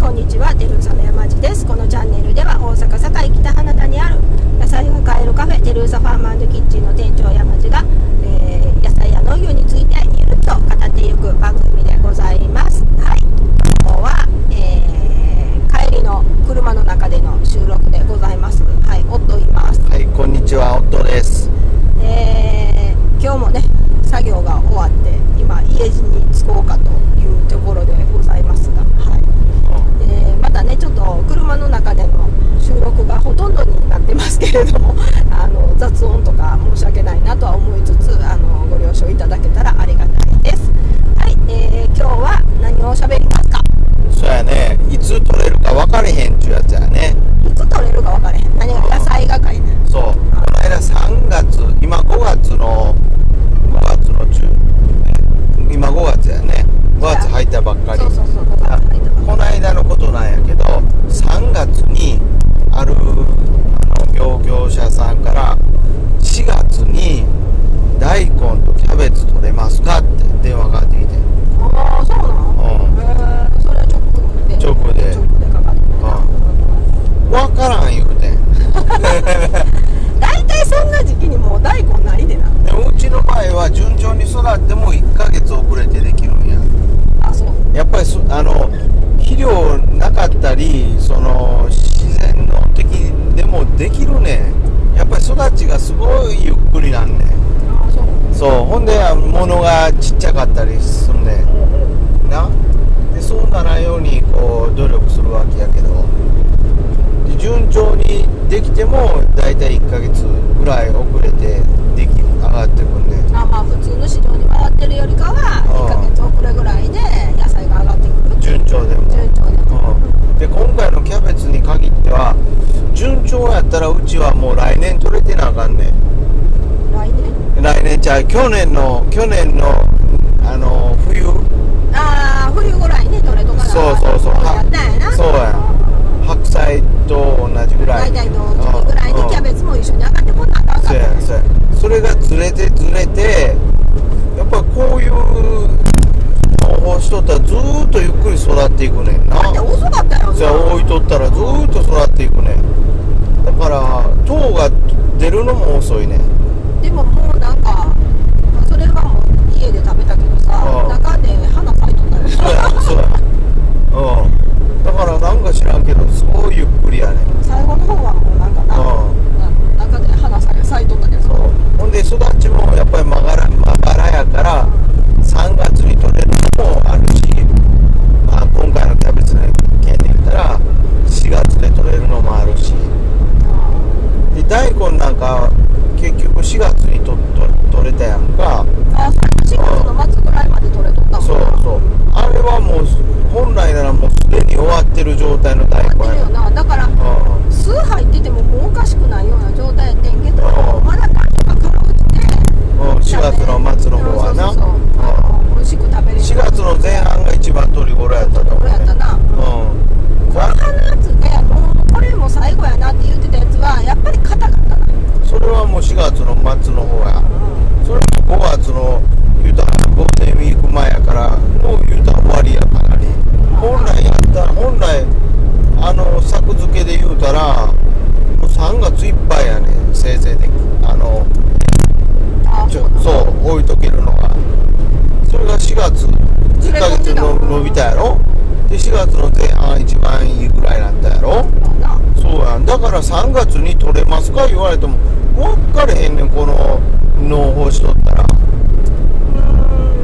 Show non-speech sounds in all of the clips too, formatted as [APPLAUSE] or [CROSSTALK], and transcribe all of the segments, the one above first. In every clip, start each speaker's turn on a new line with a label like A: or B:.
A: こんにちはデルーサの山地ですこのチャンネルでは大阪堺北花田にある野菜が買えるカフェデルーサファーマンドキッチンの店長山地が、えー野菜や農業についてゆるっと語っていく番組でございますはい今日は、えー帰りの車の中での収録でございますはい夫います
B: はい、こんにちは、夫です。
A: えー今日もね作業が終わって今家路に着こうかというところでございますが、はいえーまだねちょっと車の中での収録がほとんどになってますけれどもあの雑音とか申し訳ないなとは思いつつあのご了承いただけたらありがたいです。はい、えー今日は何を喋りますか
B: そうやね、いつ取れるか分かれへんっちゅうやつやね。
A: いつ取れるか分からへん何が野菜がかいね
B: そう、この間3月、今5月の、5月の中、え今5月やね。5月入ったばっかり。
A: そうそうそう5月入ったばっかり
B: この間のことなんやけど、3月にあるあの業業者さんから、4月に大根とキャベツ取れますかって電話がかかってきて。
A: ああそうなのへえそれは直で
B: 直で
A: 直でかかってくる
B: 分からん言うてん。
A: 大体そんな時期にもう大根ないでな
B: でうちの場合は順調に育っても1ヶ月遅れてできるんや
A: あそう
B: やっぱりそあの肥料なかったりその自然の的でもできるねんやっぱり育ちがすごいゆっくりなんねん
A: あそう
B: そうほんで物がちっちゃかったりすんねんなでそうならんようにこう努力するわけやけどで順調にできても大体1ヶ月ぐらい遅れてでき上がってくんねん
A: あまあ普通の市場に回ってるよりかは1ヶ月遅れぐらいで野菜が上がってくる
B: 順調でも
A: 順調で
B: うんで今回のキャベツに限っては順調やったらうちはもう来年取れてなあかんねん
A: 来年
B: 来年ちゃう去年の去年のあの冬
A: ああ冬ぐらいに取れとかな
B: そうそうそう
A: やったんやな
B: そうや白菜と同じぐらい
A: 大体同時期ぐらいにキャベ
B: ツ
A: ツも一緒に上がってこなあかんかった
B: そうやそうやそれがずれてずれてやっぱこういう方法しとったらずーっとゆっくり育っていくねんな
A: だって遅かったよ
B: じゃあ置いとったらずーっと育っていくねだから糖が出るのも遅いね
A: でももうなんかそれはもう家で食べたけどさ
B: ああ
A: 中で花咲いとったよ
B: そうやそうやうんだからなんか知らんけどすごいゆっくりやね
A: 最後の方はもうなんかな
B: う
A: な中で花咲咲いとったけど
B: そうほんで育ちもやっぱりまがらまがらやから3月に取れるのもあるし、まあ、今回のキャベツの件で言ったら4月で取れるのもあるしで大根なんか結局4月にとと取れたやんか
A: あ4月の末ぐらいまで取れとったもん
B: そうそうあれはもう本来ならもうすでに終わってる状態の大
A: や
B: 根
A: ってるよ
B: や
A: なだから
B: うん
A: 巣入っててももうおかしくないような状態やってんけどまだ種が辛くて
B: うん4月の末の方は
A: そ
B: な
A: うそうそうあ
B: う
A: の美味しく食べれ
B: ん
A: る
B: 4月の前半が一番取り頃やったと思
A: こ
B: う
A: れやった
B: ね
A: な
B: うん
A: この夏ねもうこれも最後やなって言ってたやつはやっぱり硬かったな
B: それはもう4月の末の方やそれも5月の言うたらゴールデンウィーク前やからもう言うたら終わりやからね本来やったら本来あの作付けで言うたらもう3月いっぱいやねんせいぜいであの
A: あ
B: ちょそう置いとけるのがそれが4月1ヶ月の伸びたやろで4月の前半一番いいぐらいなったやろ
A: そうな
B: そうやんだから3月に取れますか言われても分かれへんねんこの農法しとったら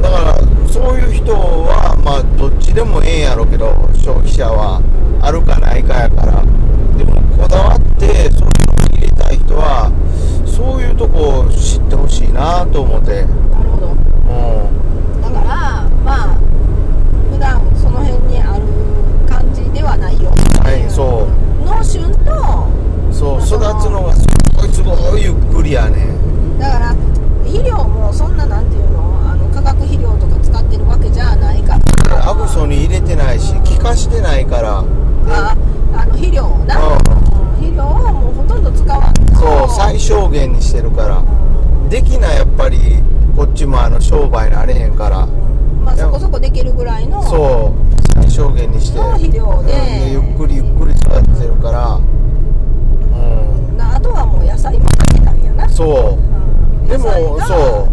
B: だからそういう人はまあどっちでもええんやろうけど消費者はあるかないかやからでもこだわってそういうのを入れたい人はそういうとこを知ってほしいなと思っ
A: な
B: て
A: るほど
B: う
A: だからまあ普段その辺にある感じではないよ
B: はいそう
A: の旬と
B: んそう育つのがすごいすごいゆっくりやねん
A: だから肥料もそんななんていうのあの化学肥料とか使ってるわけじゃないから
B: アブソに入れてないし気化してないから
A: ああの肥料をな
B: うん
A: うん肥料をもうほとんど使わんと
B: そう最小限にしてるからできなやっぱりこっちもあの商売になれへんから
A: まあそこそこできるぐらいの
B: そう最最小限にして、
A: の肥料で
B: うんゆっくりゆっくり育ててるから、う、
A: なあとはもう野菜もかけたんやなん
B: そう
A: うん
B: でも
A: 野菜が
B: そ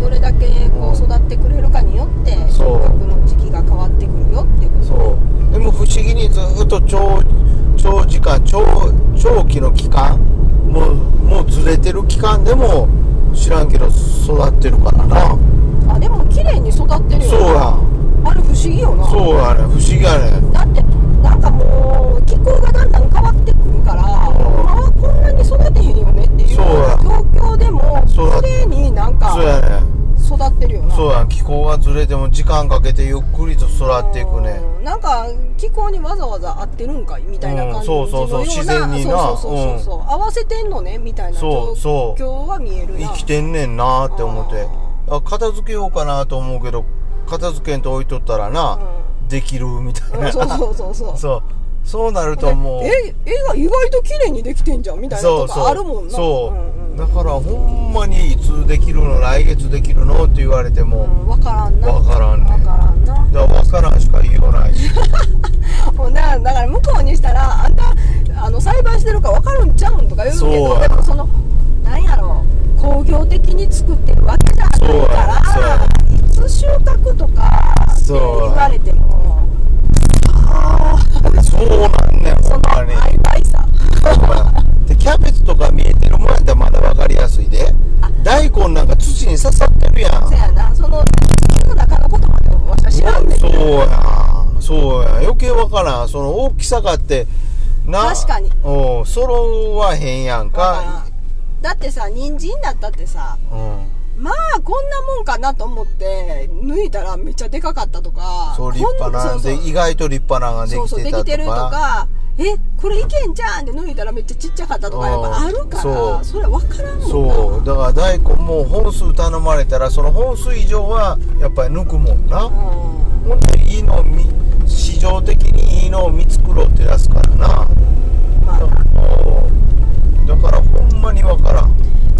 A: どれだけこう育ってくれるかによって収
B: そう
A: 穫の時期が変わってくるよっていうこと
B: そうでも不思議にずっと長長時間長長期の期間もうもうずれてる期間でも知らんけど育ってるからな
A: あでも綺麗に育ってるよ
B: そう
A: な
B: や
A: あれ不思議よな
B: そうやね不思議やね
A: だってなんかもう気候がだんだん変わってくるから馬はこんなに育てへんよねっていう
B: そうや
A: 状況でも綺
B: そうや
A: 麗になんか
B: そうやね
A: 育ってるよな
B: そうや気候がずれても時間かけてゆっくりと育っていくね
A: うんなんか気候にわざわざ合ってるんかいみたいな感じの
B: うんそうそうそう
A: よ
B: 自然にな
A: そうそうそうそう、合わせてんのねみたいな
B: そ
A: 状
B: うそう
A: 況は見えるな
B: 生きてんねんなーって思ってあ片付けようかなと思うけど片付けんと置いとったらな、できるみたい
A: うん
B: な、
A: そうそうそうそう
B: [LAUGHS] そうそうなるともう
A: え絵が意外と綺麗にできてんじゃんみたいなとかあるもんな
B: そう、
A: んうん
B: だからほんまにいつできるの来月できるのって言われて
A: う
B: も、
A: ん、分からんな
B: わからんね
A: わからんな [LAUGHS]
B: だから分からんしか言いようないし
A: もうなだから向こうにしたらあんたあの栽培してるから分かるんちゃうんとか言うけ
B: そ
A: ど
B: うや
A: でもそのなんやろう工業的に作ってるわけじゃない
B: そうや
A: からいつ収穫とかって
B: そ
A: 言
B: うや
A: われても [LAUGHS] その
B: そうなんねんほんまに
A: 曖昧さ
B: でキャベツとか見えてるもんやったらまだ分かりやすいで大根なんか土に刺さってるやん
A: そやなその土の中のことまでわしは知らんねんけ
B: そう
A: ど
B: やそうや余計わからんその大きさがあってな
A: 確かに
B: おう揃わへんやん
A: わから
B: か
A: んだってさ人参だったってさ
B: うん
A: まあこんなもんかなと思って抜いたらめっちゃでかかったとか
B: そう立派
A: こ
B: なんん
A: そう
B: で
A: そう
B: 意外と立派なんがで
A: そう
B: き
A: そう
B: て
A: で
B: た
A: き
B: と
A: てると
B: か
A: かえこれいけんじゃんって抜いたらめっちゃちっちゃかったとかやっぱあるから
B: そ
A: そうれは分からんもんな
B: そうだから大根も本数頼まれたらその本数以上はやっぱり抜くもんな
A: うん
B: ほんでいいのを見市場的にいいのを見繕って出すからな
A: まあ
B: おうだからほんまにわからん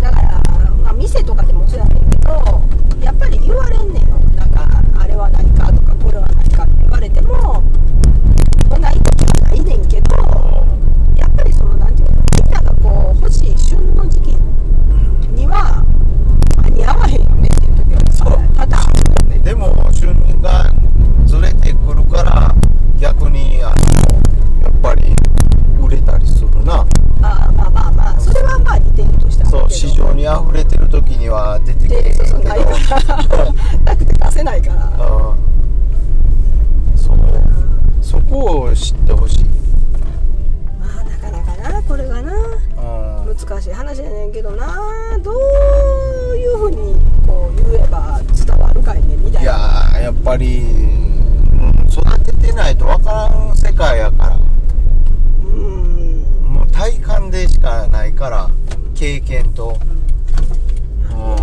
A: だから、まあ、店とかでもそうやねんけどやっぱり言われんねんよなんかあれは何かとかこれは何かって言われてもそんな意見はないねんけどやっぱりそのなんていうのみんながこう欲しい旬の時期には間に合わへんよねっていう時は
B: そう
A: 多々あるもんね
B: でも旬がずれてくるから逆にあのやっぱり売れたりするな
A: まあまあまあまあそれはまあ似てるとしたら
B: そう市場に溢れてる時には出てくる
A: で
B: けど
A: そうそうないからなくて出せないから
B: うんそうそこを知ってほしい、
A: まあなかなかなこれがな
B: うん、
A: 難しい話やねんけどなどういうふうにこう言えば伝わるかいねみたい
B: い
A: な
B: やーやっぱり、うん、育ててないと分からん世界やから
A: うーん
B: もう体感でしかないから経験と、うん、も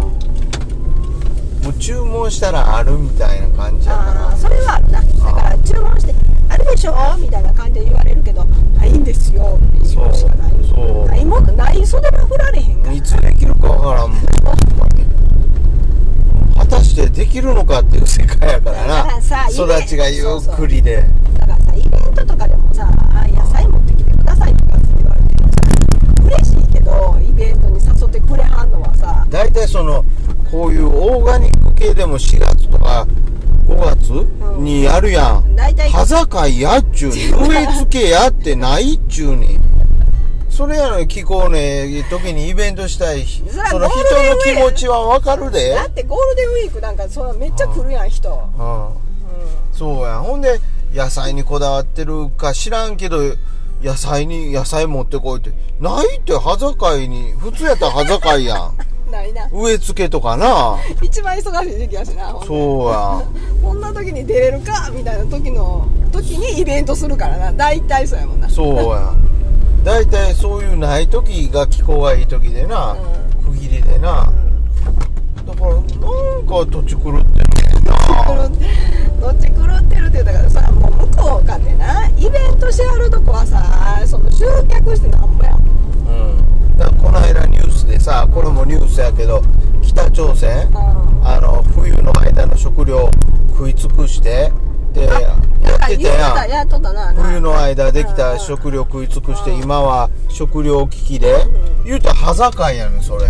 B: う注文したらあるみたいな感じや
A: ああ
B: か
A: それはあるなだから注文して「あるでしょ?」みたいな感じで言われるけど「ないんですよ」っていうのしかない
B: そうそう
A: ないものない袖が振られへんからら
B: いつできるか分からんもんほんまに果たしてできるのかっていう世界やから
A: だか
B: な
A: ら [LAUGHS] さ
B: 育ちがゆっくりで
A: だからさイベントとかでもさあ「野菜持ってきてください」とかって言われてもさ嬉しいけどイベントに誘ってくれはんのはさ
B: 大体そのこういうオーガニック系でも4月とか5月
A: うん
B: にやるやん
A: 大体
B: 「端境やっちゅうに植え付けやってないっちゅうに」それやのに気候ね時にイベントしたいし
A: そら
B: その
A: ゴ
B: 人
A: ールデンウィーク
B: の気持ちはわかるで
A: だってゴールデンウィークなんかそのめっちゃ来るやん人、うん、
B: うんそうやんほんで野菜にこだわってるか知らんけど野菜に野菜持ってこいってないって端境に普通やったら端境やん
A: ないな
B: 植え付けとかな
A: 一番忙しい時期やしなほんで
B: そうやん
A: こんな時に出れるかみたいな時の時にイベントするからな大体そうやもんな
B: そうやん大体そういうない時が気候がいい時でな、区切りでな、だからなんか土地狂ってるねんな
A: どっち狂ってるって言うたからそれはもう向こうかてなイベントしてはるとこはさその集客してなんぼやん
B: うんだからこの間ニュースでさこれもニュースやけど北朝鮮
A: うん
B: あの冬の間の食料食い尽くしてってや
A: なん
B: っ
A: か言う
B: てた
A: て
B: や
A: た
B: ん
A: やっとったな
B: 冬の間でき
A: うんう
B: た
A: ん
B: 食料食い尽くして
A: うん
B: 今は食料危機で
A: う
B: 言うたら端境やねんそれ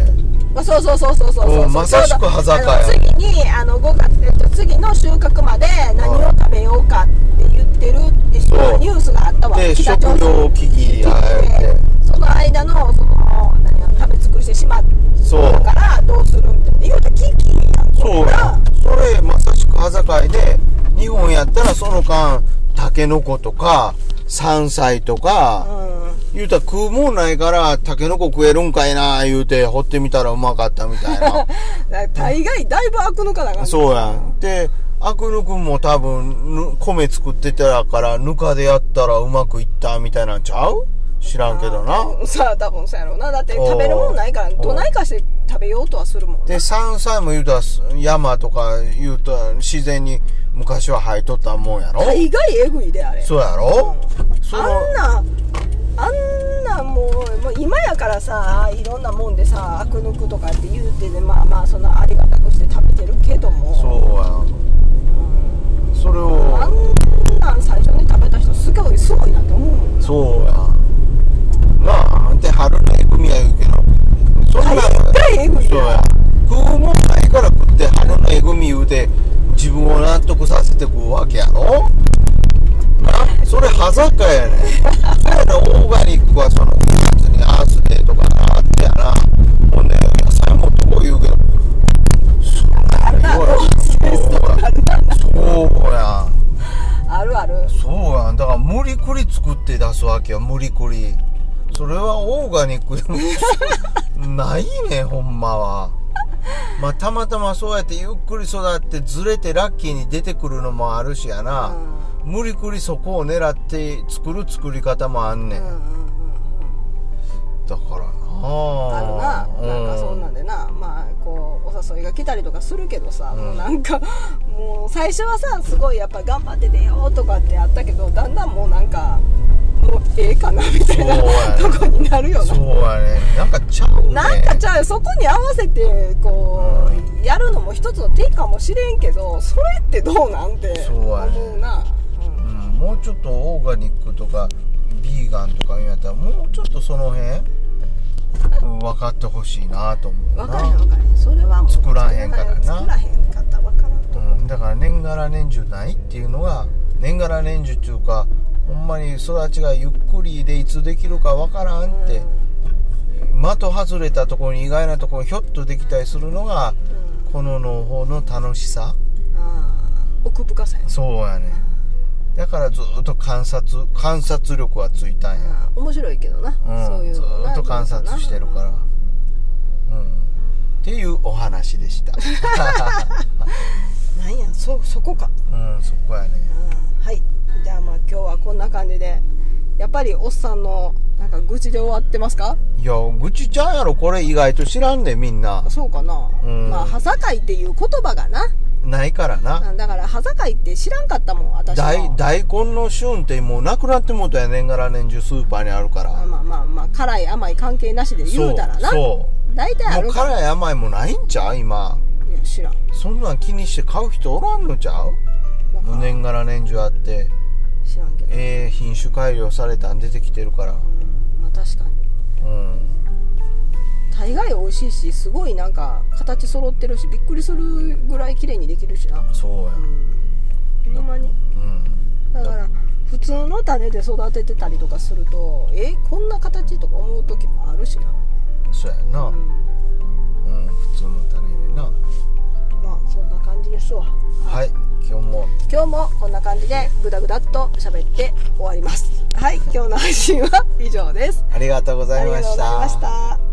A: まあ、そうそうそうそうそうそう
B: うんまさしく端境
A: あの次にあの5月、えっと、次の収穫まで何を食べようかって言ってるっていう
B: そう
A: ニュースがあったわ
B: で
A: 北朝
B: 食料
A: 鮮
B: 危機やって
A: その間のその何を食べ尽くしてしまったからどうするみたいな言うたら危機やん
B: そうや
A: ん
B: それまさしく端境で日本やったらその間タケノコとか山菜とか、
A: うん
B: 言うたら食うもんないから、タケノコ食えるんかいな言うて、掘ってみたらうまかったみたい [LAUGHS] な。
A: だから大概だいぶ開くのかな
B: そうやん。で、アクヌ君も多分、ぬ米作ってたから、ぬかでやったらうまくいったみたいなんちゃう知らんけどな。
A: さあ多分そうやろうなだって食べるもんないから
B: おー
A: どないかして食べようとはするもん
B: で、山菜も言うたら、山とか言うたら、自然に昔は生えとったもんやろ
A: 大概えぐいであれ
B: そうやろその、
A: あんなあんなもうもう今やからさいろんなもんでさあく抜くとかって言うてねまあまあそのありがたくして食べてるけども
B: そうやん。それ
A: あ
B: を、
A: んなん最初に食べた人すごいすごいなって思うもん
B: そうやん。なあ、で、春の恵みや言うけど、そんな
A: 大概えぐい
B: そうや食うもんないから食って春のえぐみ言うて自分を納得させてくわけやろなそれはざかやねんそれでオーガニックはその別にアースデーとかなあってやなほんで野菜もとこ言うけどそんなん言われてもそうやん
A: あるある
B: そうやんだから無理くり作って出すわけよ無理くりそれはオーガニックでもないねんほんまはまあたまたまそうやってゆっくり育ってずれてラッキーに出てくるのもあるしやな、無理くりそこを狙って作る作り方もあんねん、
A: うんうんうんうん
B: だから
A: ある
B: な
A: なな
B: あ
A: んかそんなん
B: で
A: でなまあこうお誘いが来たりとかするけどさ、
B: うん
A: もうなんか [LAUGHS] もう最初はさすごいやっぱ頑張って出ようとかってあったけどだんだんもうなんかもうええかなみたいな
B: そうやね
A: とこになるよ
B: そ
A: な、
B: うやねんなんかちゃうね
A: なんかじゃあそこに合わせてこう、やるのも一つの手かもしれんけどそれってどうなんて
B: そうやね
A: 思うな
B: うんもうちょっとオーガニックとかビーガンとか言うんやったらもうちょっとその辺うん分かってほしいなと思うな
A: 分かる分かるそれはもう
B: 作らへんからな
A: 作らへんかったら分からんと
B: うん、だから年がら年中ないっていうのが年がら年中っていうかほんまに育ちがゆっくりでいつできるか分からんって、的外れたところに意外なところにひょっとできたりするのが
A: うんうん
B: この農法の楽しさ
A: あー奥深さやな
B: そうやねだからずっと観察観察力はついたんや、
A: あー面白いけどな、
B: うん
A: そういう
B: ず
A: のな
B: ーっと観察してるから、うん、っていうお話
A: [LAUGHS]
B: でした、
A: なんやそそこか、
B: うん、そこやね
A: うん、はいじゃあまあ今日はこんな感じでやっぱりおっさんのなんか愚痴で終わってますか
B: いや愚痴ちゃうやろこれ意外と知らんでみんな
A: そうかな、
B: うん
A: まあ「はさかい」っていう言葉がな
B: ないからな
A: あだから「はさかい」って知らんかったもん私は
B: 大大根の旬ってもうなくなってもうたや年がら年中スーパーにあるから
A: まあまあまあ、まあ、辛い甘い関係なしで言うたらな
B: そ
A: 大体
B: う
A: あ
B: そうも
A: る
B: う
A: から
B: 辛い甘いもないんちゃう今
A: いや知らん
B: そんなん気にして買う人おらんのちゃう
A: わからん
B: 年がら年中あって
A: 知らんけど、
B: ええ品種改良されたん出てきてるから
A: うんまあ確かに
B: うん
A: 大概美味しいしすごいなんか形揃ってるしびっくりするぐらい綺麗にできるしな
B: そうや
A: うんほんまに
B: うん
A: だから普通の種で育ててたりとかするとえこんな形とか思う時もあるしな、
B: そうやな、
A: うん、
B: うん、普通の種でな。
A: まあそんな感じですわ
B: はい、今日も
A: 今日もこんな感じでグダグダっと喋って終わりますはい今日の配信は以上です
B: ありがとうござ
A: あ
B: い
A: りが
B: ま
A: とうご
B: し。
A: ざいましたた